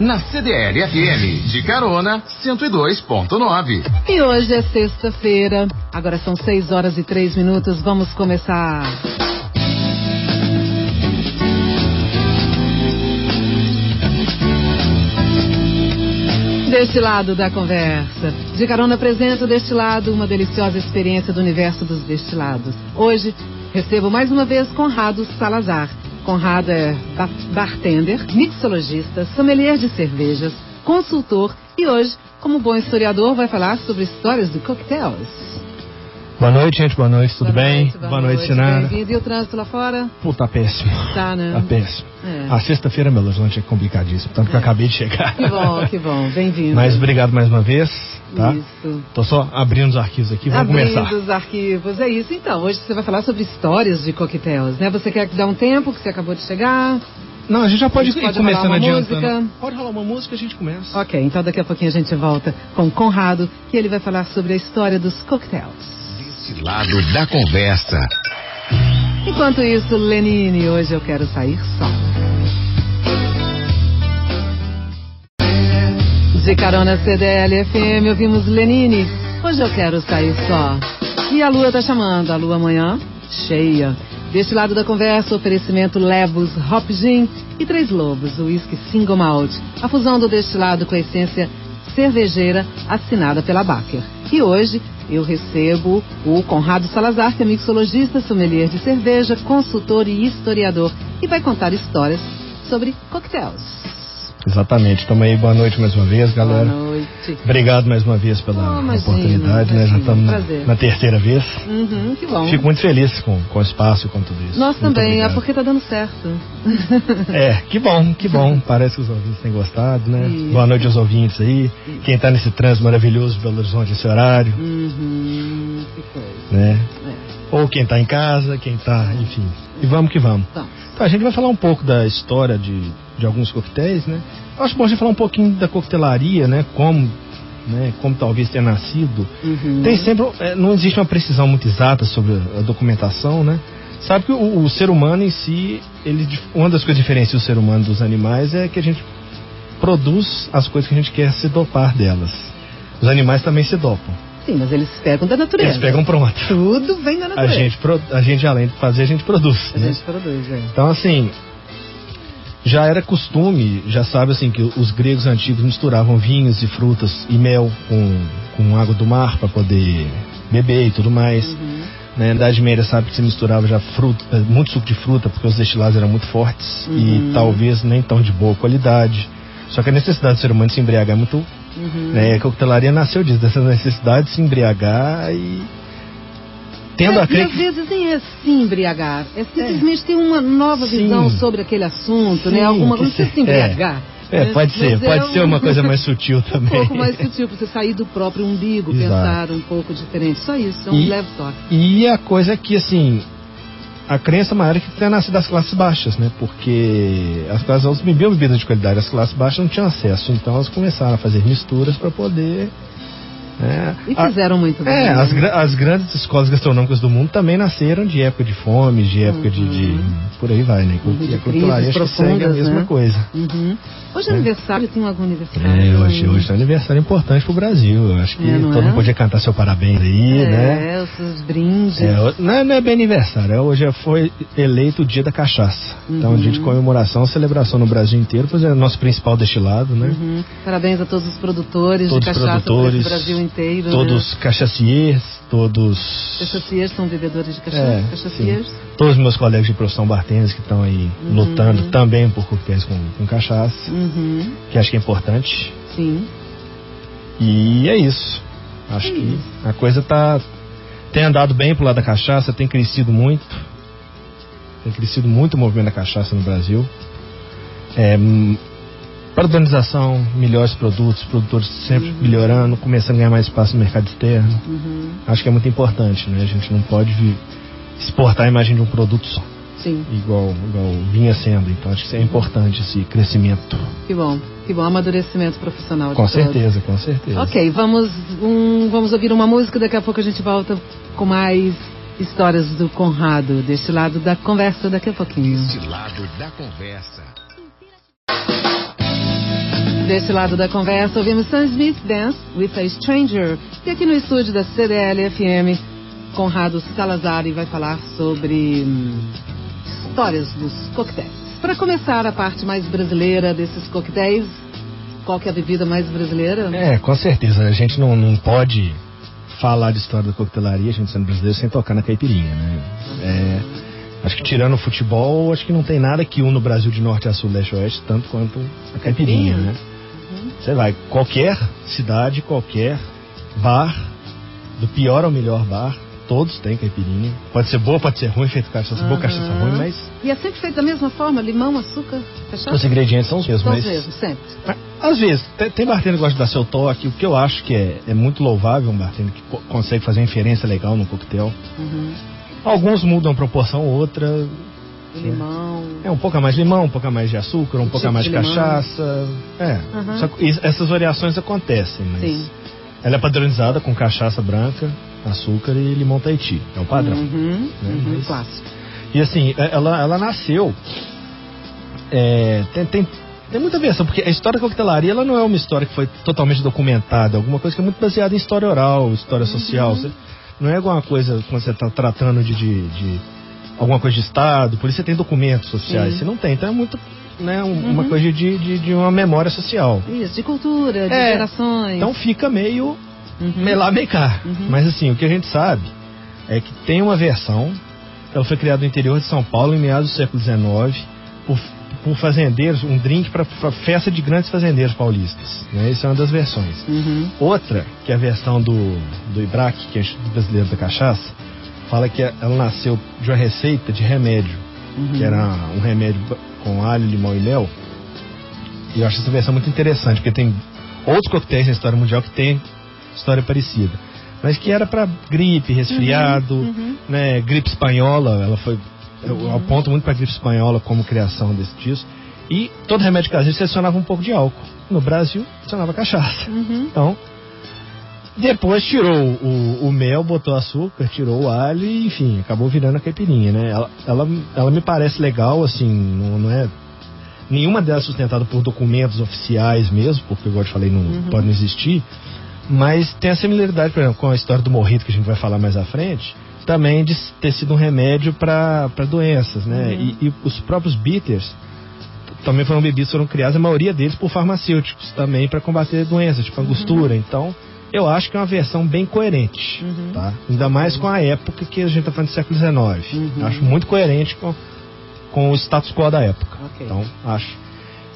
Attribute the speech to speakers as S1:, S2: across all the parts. S1: na CDL FM, de carona 102.9.
S2: E hoje é sexta-feira, agora são 6 horas e 3 minutos, vamos começar. Deste lado da conversa. De carona apresento deste lado uma deliciosa experiência do universo dos destilados. Hoje recebo mais uma vez Conrado Salazar. Conrado é ba- bartender, mixologista, sommelier de cervejas, consultor e hoje, como bom historiador, vai falar sobre histórias de coquetéis.
S3: Boa noite, gente. Boa noite, tudo
S2: Boa
S3: bem?
S2: noite,
S3: boa noite, Sinara.
S2: Bem-vindo. E o trânsito lá fora?
S3: Pô, tá péssimo.
S2: Tá, né?
S3: Tá péssimo.
S2: É.
S3: A sexta-feira, Belo Horizonte, é complicadíssimo, tanto que eu acabei de chegar.
S2: Que bom, que bom. Bem-vindo.
S3: Mas obrigado mais uma vez, tá?
S2: Isso.
S3: Tô só abrindo os arquivos aqui, vamos
S2: Abrindo
S3: começar.
S2: os arquivos, é isso. Então, hoje você vai falar sobre histórias de coquetéis, né? Você quer que dá um tempo, que você acabou de chegar.
S3: Não, a gente já pode
S2: A gente
S3: ir
S2: pode
S3: começando
S2: rolar uma
S3: adiantando.
S2: música.
S3: Pode rolar uma música, a gente começa.
S2: Ok, então daqui a pouquinho a gente volta com Conrado, que ele vai falar sobre a história dos coquetéis.
S1: Deste lado da conversa.
S2: Enquanto isso, Lenine, hoje eu quero sair só. De carona CDL FM, ouvimos Lenine. Hoje eu quero sair só. E a lua tá chamando, a lua amanhã cheia. Deste lado da conversa, oferecimento Levos Hop Gin e Três Lobos, o uísque single malt. A fusão do destilado com a essência cervejeira assinada pela Baker. E hoje eu recebo o Conrado Salazar, que é mixologista, sommelier de cerveja, consultor e historiador, e vai contar histórias sobre coquetéis.
S3: Exatamente. Tamo aí, boa noite mais uma vez, galera.
S2: Boa noite.
S3: Obrigado mais uma vez pela
S2: Oh, imagina,
S3: oportunidade, né? Já
S2: imagina,
S3: estamos
S2: prazer.
S3: na, na terceira vez.
S2: Uhum, que bom.
S3: Fico muito feliz com, com o espaço e com tudo isso.
S2: Nós
S3: Muito
S2: também, é
S3: obrigado.
S2: porque tá dando certo.
S3: É, que bom, que bom. Parece que os ouvintes têm gostado, né?
S2: Isso.
S3: Boa noite aos ouvintes aí. Quem tá nesse trânsito maravilhoso de Belo Horizonte esse horário,
S2: Uhum, que coisa.
S3: né?
S2: É.
S3: Ou quem tá em casa, quem tá, enfim. E vamos que vamos.
S2: Então,
S3: Então, a gente vai falar um pouco da história de, de alguns coquetéis, né? Eu acho bom a gente falar um pouquinho da coquetelaria, né? Como, né? Como talvez tenha nascido.
S2: uhum.
S3: Tem sempre, é, não existe uma precisão muito exata sobre a documentação, né? Sabe que o, o ser humano em si, ele, dif- uma das coisas que diferencia o ser humano dos animais é que a gente produz as coisas que a gente quer se dopar delas. Os animais também se dopam.
S2: Sim, mas eles pegam da natureza.
S3: Eles pegam pronto.
S2: Tudo vem da
S3: A
S2: natureza.
S3: gente, pro- a gente, além de fazer, a gente produz.
S2: A
S3: né?
S2: gente produz, é.
S3: Então, assim, já era costume, já sabe assim, que os gregos antigos misturavam vinhos e frutas e mel com, com água do mar para poder beber e tudo mais.
S2: Uhum,
S3: Na Idade Média sabe que se misturava já fruta, eh, muito suco de fruta, porque os destilados eram muito fortes
S2: Uhum.
S3: e talvez nem tão de boa qualidade. Só que a necessidade do ser humano de se embriagar é muito.
S2: Uhum.
S3: Né, a coquetelaria nasceu disso, dessa necessidade de se embriagar e. Tendo
S2: É,
S3: a
S2: E
S3: crer
S2: às
S3: que
S2: vezes nem é se embriagar, é simplesmente ter uma nova
S3: Sim.
S2: visão sobre aquele assunto, né?
S3: Sim,
S2: Alguma
S3: que
S2: coisa. Não precisa
S3: se-
S2: se embriagar.
S3: É,
S2: né?
S3: pode
S2: Mas
S3: ser,
S2: é
S3: pode
S2: um-
S3: ser uma coisa mais sutil
S2: Um
S3: também.
S2: pouco mais sutil, pra você sair do próprio umbigo,
S3: Exato.
S2: pensar um pouco diferente. Só isso, é um
S3: E-
S2: leve toque.
S3: E a coisa é que, assim, a crença maior é que tenha nascido das classes baixas, né? Porque as classes altas bebiam bebidas de qualidade, as classes baixas não tinham acesso, então elas começaram a fazer misturas para poder. Né?
S2: E
S3: A-
S2: fizeram muito bem.
S3: é,
S2: né?
S3: as, gra- as grandes escolas gastronômicas do mundo também nasceram de época de fome, de época de, de- Por aí vai, né?
S2: Uhum, de
S3: E a coquetelaria
S2: crises
S3: acho que segue a
S2: profundas,
S3: mesma
S2: né?
S3: coisa.
S2: Uhum. Hoje é aniversário, tem algum aniversário?
S3: É, hoje, hoje é um aniversário importante pro Brasil. Eu acho que
S2: Ah, É, não
S3: todo
S2: é?
S3: mundo podia cantar seu parabéns aí, né?
S2: É, os seus brindes.
S3: É, o- não, é- não é bem aniversário, é, hoje é- foi eleito o dia da cachaça. Então, é um dia
S2: Uhum.
S3: de comemoração, celebração no Brasil inteiro, pois é o nosso principal destilado, né?
S2: Uhum. Parabéns a todos os produtores
S3: Todos
S2: de
S3: os
S2: cachaça do
S3: produtores,
S2: Brasil inteiro.
S3: todos cachaciers, todos.
S2: Né? Cachacieiros são bebedores de cachaça.
S3: É,
S2: cachacieiros.
S3: sim. Todos meus colegas de profissão bartenders que estão aí lutando também por coquetéis com, com cachaça,
S2: Uhum.
S3: que acho que é importante.
S2: Sim.
S3: E é isso. Acho
S2: É
S3: que
S2: isso.
S3: a coisa tá. Tem andado bem pro lado da cachaça, tem crescido muito. Tem crescido muito o movimento da cachaça no Brasil. É, hum, padronização, melhores produtos, produtores sempre melhorando, começando a ganhar mais espaço no mercado externo.
S2: Uhum.
S3: Acho que é muito importante, né? A gente não pode vi- exportar a imagem de um produto só,
S2: Sim.
S3: igual, igual vinha sendo. Então acho que isso é importante esse crescimento.
S2: Que bom. Que bom. Amadurecimento profissional. de
S3: Com
S2: todos.
S3: certeza, com certeza.
S2: Ok, vamos, um, vamos ouvir uma música. Daqui a pouco a gente volta com mais histórias do Conrado. Deste lado da conversa, daqui a pouquinho.
S1: Deste lado da conversa.
S2: Desse lado da conversa, ouvimos Sam Smith Dance with a Stranger. E aqui no estúdio da CDL-FM, Conrado Salazar vai falar sobre hum, histórias dos coquetéis. Para começar a parte mais brasileira desses coquetéis, qual que é a bebida mais brasileira?
S3: É, com certeza. A gente não, não pode falar de história da coquetelaria, a gente sendo brasileiro, sem tocar na caipirinha, né? É, acho que tirando o futebol, acho que não tem nada que une o Brasil de norte a sul, leste a oeste, tanto quanto a caipirinha, né? Você vai, qualquer cidade, qualquer bar, do pior ao melhor bar, todos têm caipirinha. Pode ser boa, pode ser ruim, feito cachaça boa, cachaça ruim,
S2: Aham.
S3: mas
S2: E é sempre feito da mesma forma? Limão, açúcar, cachaça?
S3: os ingredientes são os mesmos.
S2: São os
S3: mas-
S2: mesmos, sempre.
S3: Às vezes, tem, tem bartender que gosta de dar seu toque, o que eu acho que é, é muito louvável, um bartender que co- consegue fazer uma inferência legal no coquetel.
S2: Uhum.
S3: Alguns mudam uma proporção ou outra,
S2: O Limão.
S3: é um pouco a mais limão, um pouco a mais de açúcar, um pouco a
S2: tipo
S3: mais
S2: de
S3: de
S2: limão.
S3: cachaça. É,
S2: Aham.
S3: só que is- essas variações acontecem, mas
S2: Sim.
S3: ela é padronizada com cachaça branca, açúcar e limão Tahiti, é o padrão.
S2: Uhum,
S3: Né,
S2: uhum,
S3: mas-
S2: Clássico.
S3: E assim, é- ela, ela nasceu. é, tem, tem, tem muita versão, porque a história da coquetelaria ela não é uma história que foi totalmente documentada, é alguma coisa que é muito baseada em história oral, história social. Você- não é alguma coisa quando você está tratando de, de, de alguma coisa de Estado, por isso você tem documentos sociais.
S2: Sim.
S3: Você não tem, então é muito né, um- uma coisa de, de, de uma memória social.
S2: Isso, de cultura, de
S3: É.
S2: gerações.
S3: Então fica meio
S2: Uhum.
S3: melar meio cá.
S2: Uhum.
S3: Mas assim, o que a gente sabe é que tem uma versão, ela foi criada no interior de São Paulo em meados do século XIX, por, por fazendeiros, um drink para festa de grandes fazendeiros paulistas. Né? Essa é uma das versões.
S2: Uhum.
S3: Outra, que é a versão do, do IBRAC, que é o Instituto Brasileiro da Cachaça, fala que ela nasceu de uma receita de remédio, que era um remédio com alho, limão e mel. E eu acho essa versão muito interessante, porque tem outros coquetéis na história mundial que tem história parecida. Mas que era para gripe, resfriado, né, gripe espanhola, ela foi. Eu aponto muito para gripe espanhola como criação desse disso. E todo remédio caseiro selecionava um pouco de álcool. No Brasil, selecionava cachaça.
S2: Uhum.
S3: Então, depois tirou o, o mel, botou açúcar, tirou o alho e, enfim, acabou virando a caipirinha, né? Ela, ela, ela me parece legal, assim, não, não é... Nenhuma delas é sustentada por documentos oficiais mesmo, porque, igual eu te falei, não pode não existir. Mas tem a similaridade, por exemplo, com a história do morrito, que a gente vai falar mais à frente, também de ter sido um remédio para doenças, né? E, e os próprios bitters, também foram bebidas foram criadas, a maioria deles por farmacêuticos também para combater doenças, tipo angostura. Então, eu acho que é uma versão bem coerente, tá? Ainda mais com a época que a gente tá falando do século XIX. Acho muito coerente com, com o status quo da época.
S2: Ok.
S3: Então, acho.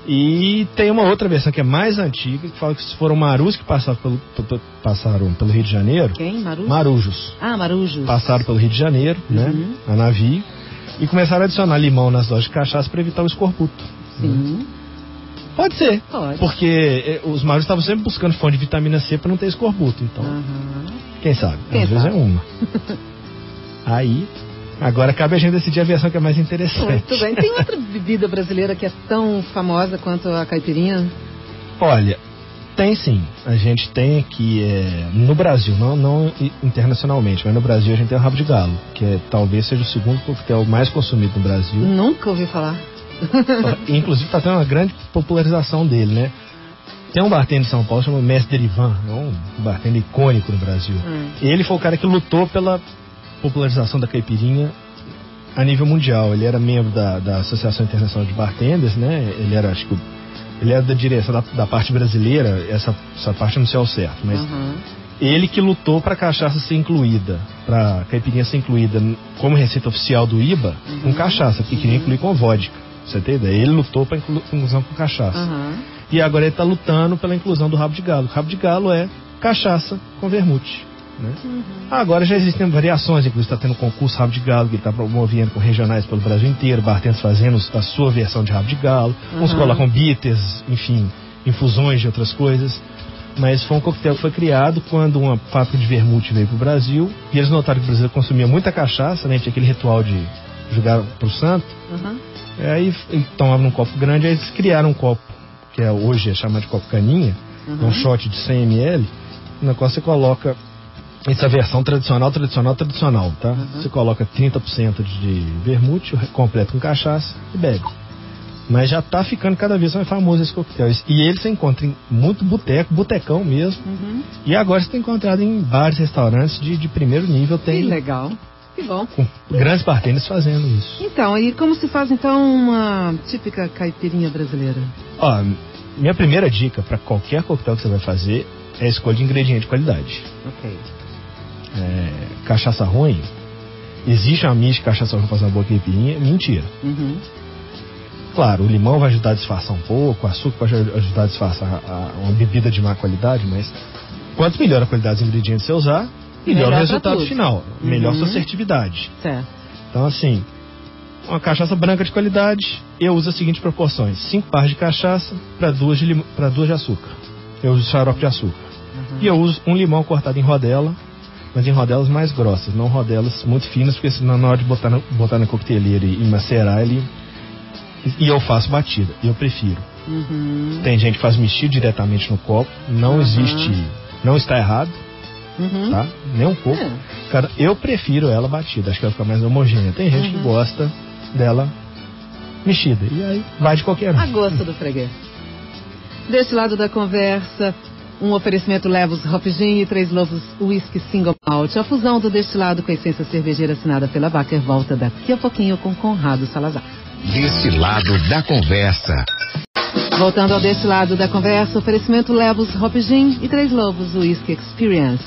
S3: E tem uma outra versão que é mais antiga, que fala que se foram marus que passaram pelo, p- p- passaram pelo Rio de Janeiro,
S2: Quem? Marujo?
S3: marujos
S2: Ah, Marujo.
S3: passaram pelo Rio de Janeiro,
S2: Uhum.
S3: né? A navio. E começaram a adicionar limão nas lojas de cachaça para evitar o escorbuto.
S2: Sim,
S3: Pode ser.
S2: pode.
S3: Porque eh, os maros estavam sempre buscando fonte de vitamina C para não ter escorbuto. Então,
S2: Aham.
S3: quem sabe?
S2: Ah. Quem
S3: Às vezes é
S2: sabe?
S3: uma. Aí, agora cabe a gente decidir a versão que é mais interessante.
S2: Muito bem. Tem outra bebida brasileira que é tão famosa quanto a caipirinha?
S3: Olha, tem sim. A gente tem aqui eh, no Brasil, não, não i- internacionalmente, mas no Brasil a gente tem o rabo de galo, que é, talvez seja o segundo coquetel mais consumido no Brasil.
S2: Nunca ouvi falar.
S3: Inclusive tá tendo uma grande popularização dele, né? Tem um bartender de São Paulo chamado Mestre Derivan, é um bartender icônico no Brasil.
S2: Hum.
S3: Ele foi o cara que lutou pela popularização da caipirinha a nível mundial. Ele era membro da, da Associação Internacional de Bartenders, né? Ele era, acho que, o- ele era da direção da, da parte brasileira, essa, essa parte eu não sei ao certo, mas
S2: Aham.
S3: ele que lutou para cachaça ser incluída, para caipirinha ser incluída n- como receita oficial do IBA com cachaça, porque queria incluir com vodka. pra Você tem ideia? Ele lutou para inclusão com cachaça.
S2: Aham.
S3: E agora ele está lutando pela inclusão do rabo de galo. O rabo de galo é cachaça com vermute. né? Agora já existem variações, inclusive está tendo concurso rabo de galo, que ele está promovendo com regionais pelo Brasil inteiro, bartenders fazendo a sua versão de rabo de galo, uns
S2: Aham.
S3: colocam bitters, enfim, infusões de outras coisas. Mas foi um coquetel que foi criado quando uma fábrica de vermute veio para o Brasil e eles notaram que o Brasil consumia muita cachaça, né? tinha aquele ritual de jogar para o santo.
S2: Aham.
S3: É, Aí f- tomavam um copo grande, aí eles criaram um copo, que é, hoje é chamado de copo caninha,
S2: Uhum.
S3: é um shot de 100 ml, na qual você coloca essa versão tradicional, tradicional, tradicional,
S2: Uhum.
S3: tá? Você coloca 30% de vermute, o re- completo com cachaça e bebe. Mas já tá ficando cada vez mais famoso esse coquetel. E ele se encontra em muito boteco, botecão mesmo.
S2: Uhum.
S3: E agora você tem encontrado em bares, restaurantes de, de primeiro nível.
S2: Que
S3: Tem
S2: legal. Que bom.
S3: com grandes bartenders fazendo isso.
S2: Então, e como se faz então uma típica caipirinha brasileira?
S3: Ó, minha primeira dica para qualquer coquetel que você vai fazer é a escolha de ingrediente de qualidade.
S2: Ok.
S3: É, cachaça ruim, existe uma mídia de cachaça ruim pra fazer uma boa caipirinha? Mentira.
S2: Uhum.
S3: Claro, o limão vai ajudar a disfarçar um pouco, o açúcar pode ajudar a disfarçar a- uma bebida de má qualidade, mas quanto melhor a qualidade dos ingredientes você usar, melhor,
S2: Melhor pra
S3: o resultado
S2: tudo.
S3: final, melhor
S2: Uhum.
S3: sua assertividade.
S2: Certo.
S3: Então, assim, uma cachaça branca de qualidade, eu uso as seguintes proporções: 5 partes de cachaça para duas, de lim- pra duas de açúcar. Eu uso xarope de açúcar. E eu uso um limão cortado em rodela, mas em rodelas mais grossas, não rodelas muito finas, porque senão na hora de botar na, botar na coqueteleira e e macerar ele. E eu faço batida, eu prefiro.
S2: Uhum.
S3: Tem gente que faz mexido diretamente no copo, não
S2: Uhum.
S3: existe, não está errado,
S2: Uhum.
S3: tá? Nem um pouco.
S2: É.
S3: Cara, eu prefiro ela batida, acho que ela fica mais homogênea. Tem gente
S2: Uhum.
S3: que gosta dela mexida. E aí vai de qualquer
S2: A
S3: um.
S2: gosto do freguês. Deste lado da conversa, um oferecimento Levos Hop Gin e Três Lobos Whisky Single Malt. A fusão do destilado com a essência cervejeira assinada pela Baker volta daqui a pouquinho com Conrado Salazar.
S1: Desse lado da conversa.
S2: Voltando ao deste lado da conversa, oferecimento Levos Hop Gin e Três Lobos Whisky Experience.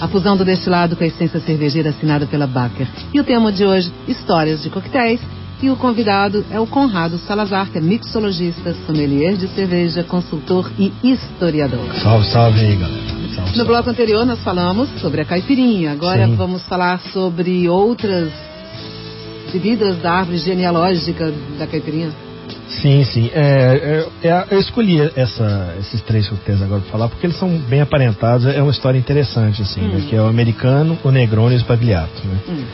S2: A fusão do destilado com a essência cervejeira assinada pela Baker. E o tema de hoje, histórias de coquetéis. E o convidado é o Conrado Salazar, que é mixologista, sommelier de cerveja, consultor e historiador.
S3: Salve, salve aí, galera. Salve,
S2: No
S3: salve.
S2: bloco anterior nós falamos sobre a caipirinha. Agora
S3: Sim.
S2: vamos falar sobre outras bebidas da árvore genealógica da caipirinha.
S3: Sim, sim. É, é, é a- eu escolhi essa- esses três coquetéis agora pra falar porque eles são bem aparentados. É uma história interessante, assim, né? Que é o americano, o negroni e o spagliato, né?
S2: Hum.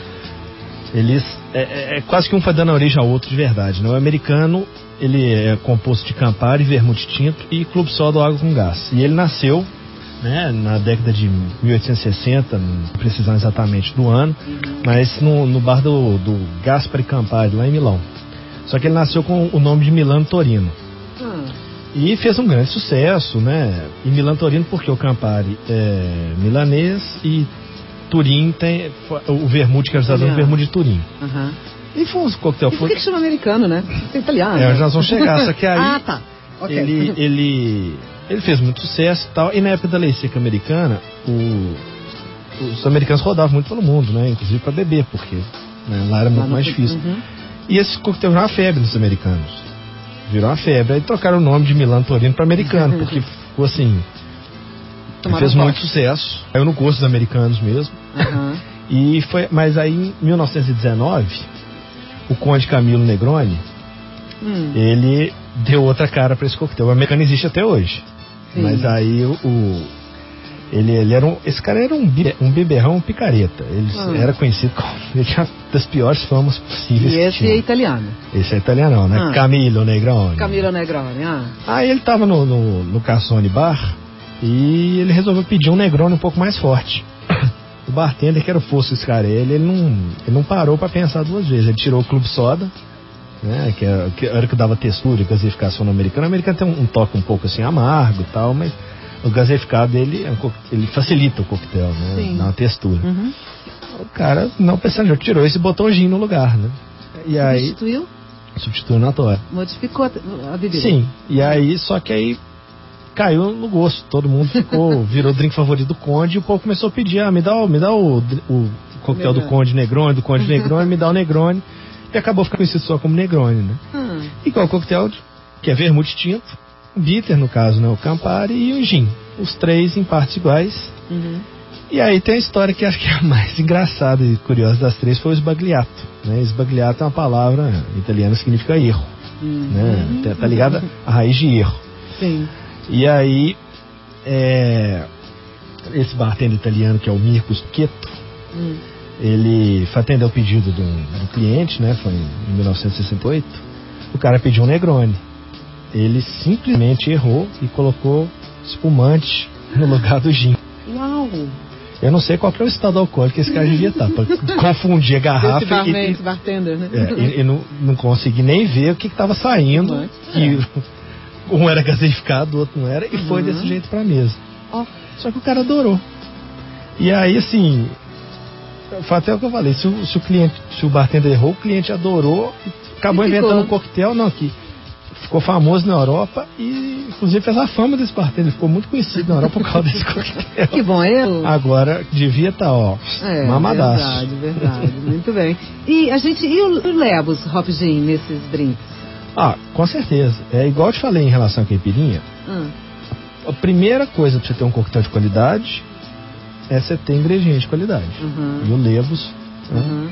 S3: Eles é, é- é quase que um foi dando origem ao outro de verdade, né? O americano ele é composto de Campari, Vermute Tinto e Clube Soda Água com Gás. E ele nasceu, né, na década de 1860, não precisar exatamente do ano, mas no, no bar do, do Gaspari Campari lá em Milão. Só que ele nasceu com o nome de Milano Torino.
S2: Ah,
S3: E fez um grande sucesso, né? Em Milan Torino, porque o Campari é milanês e Turim tem o vermute que é usado é o
S2: Italiano.
S3: vermute de Turim.
S2: aham.
S3: E foi um coquetel.
S2: E por que,
S3: Foi...
S2: que chama americano, né? É italiano.
S3: É, nós vamos chegar, só que aí
S2: Ah, tá. Ok.
S3: ele, é ele, ele fez muito sucesso e tal. E na época da lei seca americana, o- os americanos rodavam muito pelo mundo, né? Inclusive para beber, porque né, lá era
S2: Lá
S3: muito
S2: no-
S3: mais difícil.
S2: Uhum.
S3: E esse coquetel virou uma febre nos americanos. Virou uma febre. Aí trocaram o nome de Milan Torino para americano, porque ficou assim.
S2: Tomaram
S3: fez
S2: um
S3: muito
S2: toque.
S3: sucesso. Caiu no gosto dos americanos mesmo.
S2: Aham.
S3: E foi, mas aí em 1919, o Conde Camilo Negroni,
S2: Hum,
S3: ele deu outra cara para esse coquetel. O americano existe até hoje.
S2: Sim.
S3: Mas aí o. o- ele, ele era um, esse cara era um, bi- um beberrão picareta. Ele
S2: Ah.
S3: era conhecido como. Ele tinha das piores famas possíveis.
S2: E
S3: que
S2: esse
S3: tinha.
S2: é italiano.
S3: Esse é italiano, né?
S2: Ah.
S3: Camilo Negroni.
S2: Camilo Negroni. Ah,
S3: Aí ele tava no, no, no Cassone Bar e ele resolveu pedir um Negroni um pouco mais forte. O bartender, que era o Fosso Scarelli, ele não, ele não parou pra pensar duas vezes. Ele tirou o Clube Soda, né? Que era, que era o que dava textura e gasificação no americano. O americano tem um, um toque um pouco assim amargo e tal, mas o gaseificado ele, é um co- ele facilita o coquetel, né?
S2: Sim.
S3: Dá uma textura.
S2: uhum.
S3: O cara, não pensando, já tirou esse botão gin no lugar, né? E aí,
S2: substituiu,
S3: substituiu na toa.
S2: modificou a a bebida.
S3: Sim, e aí, só que aí caiu no gosto, todo mundo ficou, virou o drink favorito do Conde e o povo começou a pedir, ah, me dá o, me dá o, dr- o coquetel do
S2: Negroni.
S3: Conde Negroni, do Conde Negroni, me dá o Negroni, e acabou ficando conhecido só como Negroni, né?
S2: Ah,
S3: E qual o coquetel? de- Que é vermute tinto, o bitter, no caso, né, o Campari e o gin, os três em partes iguais.
S2: uhum.
S3: E aí tem a história que acho que é a mais engraçada e curiosa das três, foi o esbagliato, né? Esbagliato é uma palavra italiana que significa erro,
S2: Hum.
S3: né? Tá- Tá ligada à raiz de erro.
S2: Sim.
S3: E aí, é, esse bartender italiano, que é o Mirko Schetto,
S2: Hum.
S3: ele foi atender o pedido do, do cliente, né? Foi em 1968. O cara pediu um Negroni. Ele simplesmente errou e colocou espumante no lugar do gin.
S2: Uau!
S3: Eu não sei qual que é o estado alcoólico que esse cara devia estar, pra confundir a
S2: Esse,
S3: garrafa
S2: barman,
S3: e, e-
S2: esse bartender, né?
S3: é, e- e não, não consegui nem ver o que estava saindo.
S2: Mas,
S3: e um era gaseificado, o outro não era, e foi
S2: Uhum.
S3: desse jeito pra mesa.
S2: Ó.
S3: Só que o cara adorou. E aí, assim, foi até o que eu falei, se o, se o cliente, se o bartender errou, o cliente adorou, e acabou
S2: E ficou,
S3: inventando
S2: né?
S3: um coquetel, não, que ficou famoso na Europa e inclusive fez a fama desse bartender, ficou muito conhecido na Europa por causa desse coquetel.
S2: Que bom, é eu.
S3: Ah, Agora devia estar, ó,
S2: É,
S3: mamadaço.
S2: Verdade, verdade. Muito bem. E a gente. E o, e o Lebos, Hop Gin, nesses drinks?
S3: Ah, com certeza. É igual eu te falei em relação à caipirinha,
S2: Hum.
S3: a primeira coisa pra você ter um coquetel de qualidade é você ter ingrediente de qualidade.
S2: Uhum.
S3: E o Lebos, né?
S2: Uhum.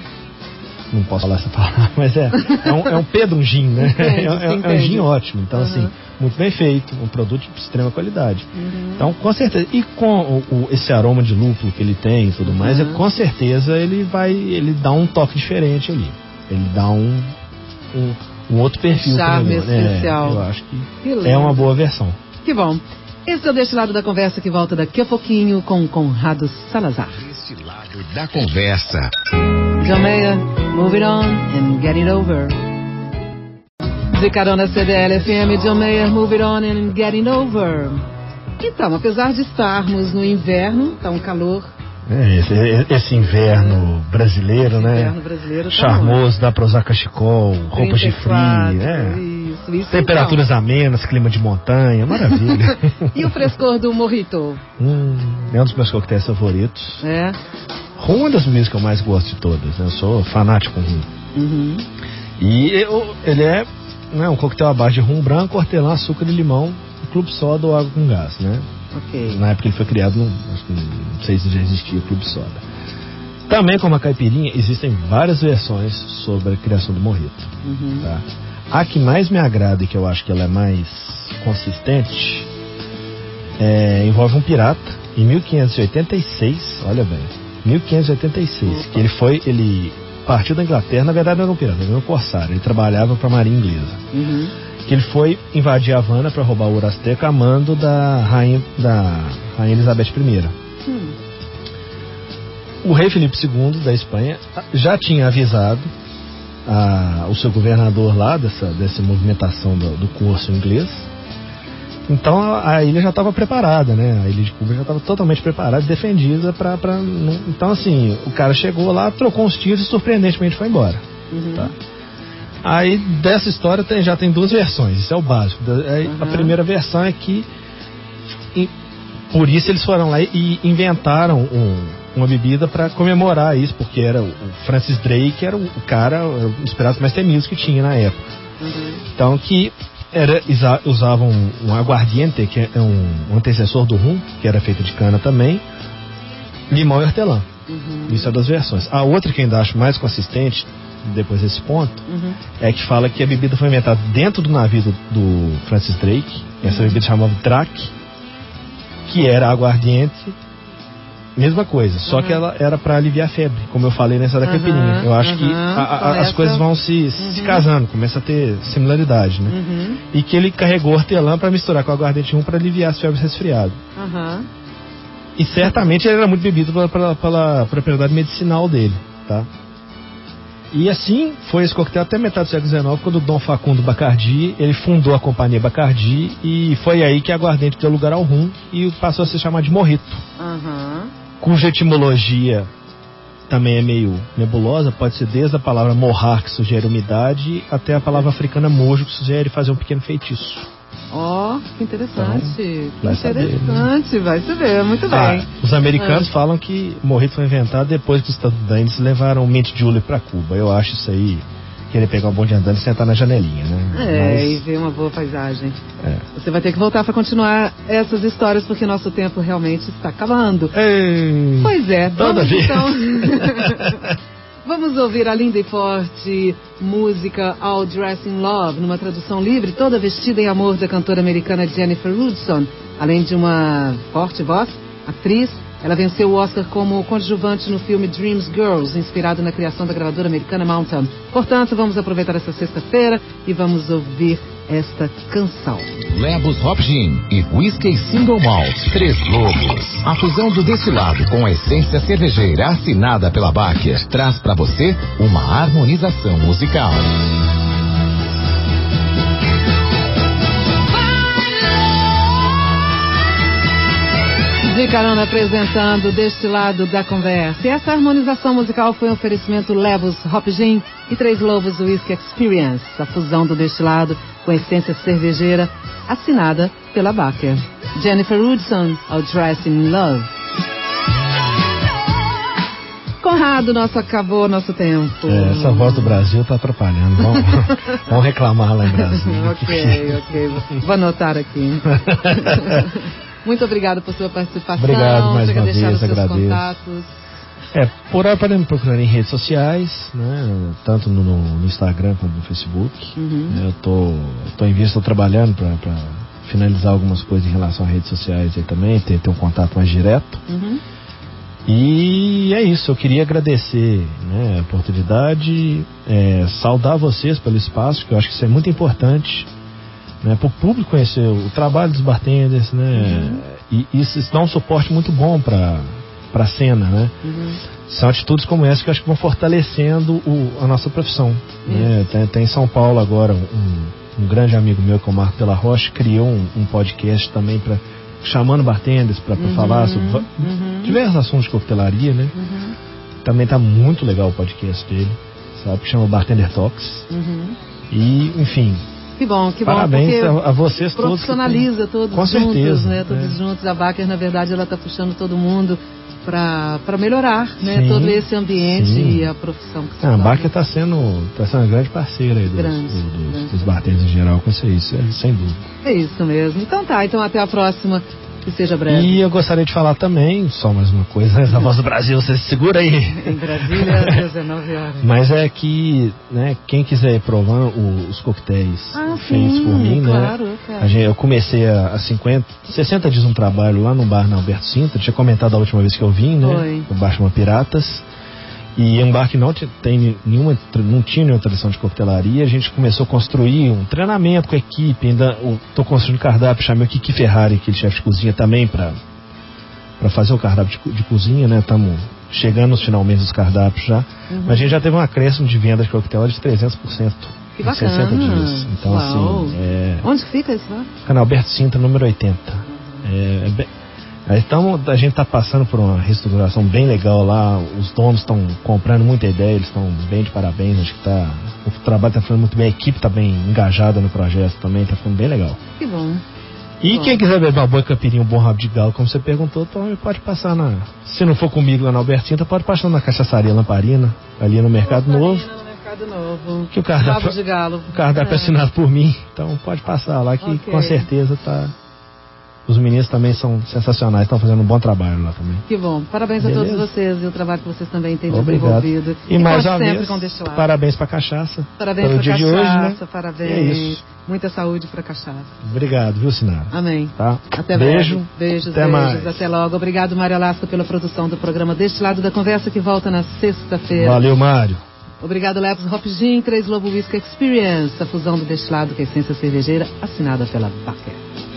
S3: não posso falar essa palavra, mas é, é um, é um Pedro um gin, né?
S2: Entende,
S3: é, um- é um- é um
S2: entende.
S3: gin ótimo. Então,
S2: Uhum.
S3: assim, muito bem feito, um produto de extrema qualidade.
S2: Uhum.
S3: Então, com certeza, e com o- o- esse aroma de lúpulo que ele tem e tudo mais,
S2: Uhum.
S3: é, com certeza ele vai, ele dá um toque diferente ali. Ele dá um, um, um outro perfil. pro
S2: Charme
S3: negócio, né?
S2: especial.
S3: eu acho que
S2: Que
S3: é
S2: lindo.
S3: uma boa versão.
S2: Que bom. Esse é o Deste Lado da Conversa que volta daqui a pouquinho com Conrado Salazar.
S1: Deste lado da conversa.
S2: John Mayer, move it on and get it over. De carona CDL FM, John Mayer, move it on and get it over. Então, apesar de estarmos no inverno, tá um calor,
S3: É, esse, esse inverno brasileiro, né?
S2: inverno brasileiro tá
S3: Charmoso, dá pra usar cachecol,
S2: bom.
S3: roupas de frio,
S2: 34,
S3: né?
S2: Isso, isso.
S3: Temperaturas amenas, clima de montanha, maravilha.
S2: então. E o frescor do morrito,
S3: Hum, é um dos meus coquetéis favoritos.
S2: né?
S3: Rum é uma das bebidas que eu mais gosto de todas, né? Eu sou fanático com rum.
S2: Uhum.
S3: E eu- ele é né, um coquetel à base de rum branco, hortelã, açúcar e limão, clube soda ou água com gás, né?
S2: Ok.
S3: Na época ele foi criado, não, acho que não sei se já existia Clube Soda. Também como a caipirinha, existem várias versões sobre a criação do morrito.
S2: Uhum.
S3: tá? A que mais me agrada e que eu acho que ela é mais consistente é, envolve um pirata em 1586, olha bem, 1586,
S2: Opa.
S3: que ele foi, ele partiu da Inglaterra, na verdade não era um pirata, ele era um corsário, ele trabalhava para a marinha inglesa
S2: Uhum.
S3: que ele foi invadir a Havana para roubar o ouro azteca a mando da rainha, da rainha Elizabeth I.
S2: Hum.
S3: O rei Felipe II da Espanha já tinha avisado a- o seu governador lá dessa, dessa movimentação do, do curso inglês. Então a, a ilha já estava preparada, né? A ilha de Cuba já estava totalmente preparada, e defendida para. Então assim, o cara chegou lá, trocou uns tiros e surpreendentemente foi embora.
S2: Uhum.
S3: Tá. Aí dessa história tem- já tem duas versões, isso é o básico. Da- é- A
S2: Uhum.
S3: primeira versão é que e- por isso eles foram lá e inventaram um- uma bebida para comemorar isso, porque era o o Francis Drake, era o o cara, era um dos piratas mais temidos que tinha na época.
S2: Uhum.
S3: Então que era, isa- usavam um, um aguardiente, que é um, um antecessor do rum, que era feito de cana também, limão e hortelã.
S2: Uhum.
S3: Isso é das versões. A outra que eu ainda acho mais consistente, depois desse ponto,
S2: Uhum.
S3: é que fala que a bebida foi inventada dentro do navio do, do Francis Drake. Essa
S2: Uhum.
S3: bebida chamava Drac, que era aguardiente. Mesma coisa, só
S2: Uhum.
S3: que ela era para aliviar a febre, como eu falei nessa da
S2: Uhum,
S3: caipirinha. Eu acho que
S2: uhum,
S3: a- a- as
S2: começa-
S3: coisas vão se, se
S2: Uhum.
S3: casando, começa a ter similaridade, né?
S2: Uhum.
S3: E que ele carregou hortelã para misturar com aguardente 1 para aliviar as febres resfriadas.
S2: Aham.
S3: E certamente ele era muito bebido pela, pela- pela propriedade medicinal dele, tá? E assim foi esse coquetel até metade do século XIX, quando o Dom Facundo Bacardi, ele fundou a companhia Bacardi e foi aí que a aguardente deu lugar ao rum e passou a se chamar de morrito,
S2: Aham.
S3: cuja etimologia também é meio nebulosa, pode ser desde a palavra morrar, que sugere umidade, até a palavra africana mojo, que sugere fazer um pequeno feitiço.
S2: Ó, que interessante. que
S3: vai saber, né?
S2: interessante, vai se ver, muito
S3: Ah,
S2: Tá bem. É.
S3: os americanos falam que o morrito foi inventado depois que os estadunidenses levaram o Mint Julep pra Cuba. Eu acho isso aí. Querer pegar um bonde andando e sentar na janelinha, né?
S2: É, e
S3: Mas,
S2: ver uma boa paisagem.
S3: É.
S2: Você vai ter que voltar para continuar essas histórias, porque nosso tempo realmente está acabando.
S3: é. Ei,
S2: Pois é,
S3: Toda
S2: vamos
S3: vez.
S2: então. vamos ouvir a linda e forte música All Dressed in Love, numa tradução livre, toda vestida em amor da cantora americana Jennifer Hudson. Além de uma forte voz, atriz, ela venceu o Oscar como coadjuvante no filme Dreams Girls, inspirado na criação da gravadora americana Mountain. Portanto, vamos aproveitar essa sexta-feira e vamos ouvir esta canção.
S1: Lebos Hop Gin e Whisky Single Malt Três Lobos. A fusão do destilado com a essência cervejeira assinada pela Baker traz para você uma harmonização musical.
S2: De carona apresentando Destilado da Conversa. E essa harmonização musical foi um oferecimento Levos Hop Gin e Três Lobos Whisky Experience, a fusão do destilado com a essência cervejeira, assinada pela Baker. Jennifer Hudson, ao Dress in Love. Conrado, nosso acabou nosso tempo.
S3: É, essa voz do Brasil tá atrapalhando. Vamos, vamos reclamar lá em Brasília.
S2: ok, ok. Vou anotar aqui. Muito obrigada por sua participação.
S3: Obrigado mais
S2: Chega
S3: uma
S2: a deixar os
S3: vez,
S2: seus
S3: agradeço.
S2: contatos.
S3: É, por aí podem me procurar em redes sociais, né? Tanto no, no Instagram como no Facebook.
S2: Uhum.
S3: Eu tô, tô em vista, tô trabalhando pra, pra finalizar algumas coisas em relação a redes sociais aí também, ter, ter um contato mais direto.
S2: Uhum.
S3: E é isso, eu queria agradecer né, a oportunidade, é, saudar vocês pelo espaço, que eu acho que isso é muito importante, né, para o público conhecer o trabalho dos bartenders, né, e isso, isso dá um suporte muito bom para a cena, né.
S2: Uhum.
S3: São atitudes como essa que eu acho que vão fortalecendo o- a nossa profissão. né. Tem, tem em São Paulo agora um, um grande amigo meu, que é o Marco Della Rocha, criou um, um podcast também para chamando bartenders para falar sobre va-
S2: Uhum.
S3: diversos assuntos de coquetelaria, né?
S2: Uhum.
S3: Também tá muito legal o podcast dele, sabe? Que chama Bartender Talks.
S2: Uhum.
S3: E, enfim,
S2: Que bom, que
S3: parabéns
S2: bom. porque
S3: a, a vocês todos. que
S2: Profissionaliza todos
S3: Com
S2: juntos,
S3: certeza,
S2: né? Todos
S3: é.
S2: juntos. A Baker, na verdade, ela está puxando todo mundo para melhorar né?
S3: Sim,
S2: todo esse ambiente
S3: sim.
S2: e a profissão que se
S3: tem- Ah, a
S2: torna.
S3: Baker tá sendo, tá sendo uma grande parceira aí dos,
S2: Grande,
S3: do- dos-
S2: grande.
S3: dos bartenders em geral com isso aí, isso é- sem dúvida.
S2: É isso mesmo. Então tá, então até a próxima. Que seja breve.
S3: E eu gostaria de falar também, só mais uma coisa, essa voz do Brasil, você se segura aí.
S2: Em Brasília, às 19 horas.
S3: Mas é que, né, quem quiser provar o- os coquetéis
S2: Ah,
S3: feitos
S2: sim,
S3: por mim,
S2: claro,
S3: né?
S2: cara.
S3: a gente- eu comecei há há 50, 60 dias um trabalho lá no bar na Alberto Sintra, tinha comentado a última vez que eu vim, né?
S2: Foi.
S3: O bar chama Piratas. E é um bar que não, ti- tem nenhuma, tra- não tinha nenhuma tradição de coquetelaria. A gente começou a construir um treinamento com a equipe. Ainda estou construindo cardápio, chamei o Kiki Ferrari, que é chefe de cozinha também, para para fazer o cardápio de, co- de cozinha, né? Estamos chegando nos finalmente dos cardápios já.
S2: Uhum.
S3: Mas a gente já teve um acréscimo de vendas de coquetel de 300%
S2: Que
S3: em 60
S2: bacana.
S3: dias. Então,
S2: Uau.
S3: assim, é,
S2: Onde fica isso lá?
S3: canal Alberto Sintra, número 80. É, é bem- aí tamo- a gente está passando por uma reestruturação bem legal lá. Os donos estão comprando muita ideia, eles estão bem de parabéns. Acho que tá, o trabalho está ficando muito bem, a equipe está bem engajada no projeto também, está ficando bem legal.
S2: Que bom.
S3: E
S2: Bom.
S3: quem quiser beber uma boa caipirinha, um bom rabo de galo, como você perguntou, então pode passar na. Se não for comigo lá na Albertinta, pode passar na cachaçaria Lamparina, ali no Mercado Novo.
S2: Marina, no né? Mercado Novo.
S3: Que o cardápio-
S2: Rabo de galo.
S3: O cardápio é assinado por mim, então pode passar lá que
S2: Ok.
S3: com certeza tá. Os meninos também são sensacionais, estão fazendo um bom trabalho lá também.
S2: Que bom. Parabéns a
S3: Beleza.
S2: todos vocês e o trabalho que vocês também têm
S3: Obrigado.
S2: desenvolvido.
S3: E, mais
S2: conte
S3: uma
S2: sempre
S3: vez,
S2: com destilado.
S3: parabéns pra cachaça.
S2: Parabéns
S3: pelo
S2: para
S3: dia
S2: cachaça,
S3: de hoje, né?
S2: parabéns.
S3: É isso.
S2: Muita saúde para cachaça.
S3: Obrigado, viu, Sinara?
S2: Amém.
S3: Tá?
S2: Ah, Até
S3: Beijo.
S2: breve. Beijos,
S3: Até
S2: beijos.
S3: mais.
S2: Até logo. Obrigado, Mário Lasco, pela produção do programa Destilado da Conversa, que volta na sexta-feira.
S3: Valeu, Mário.
S2: Obrigado, Lepos Hop Gin, é Três Lobo Whisky Experience, a fusão do destilado com a essência cervejeira, assinada pela Baker.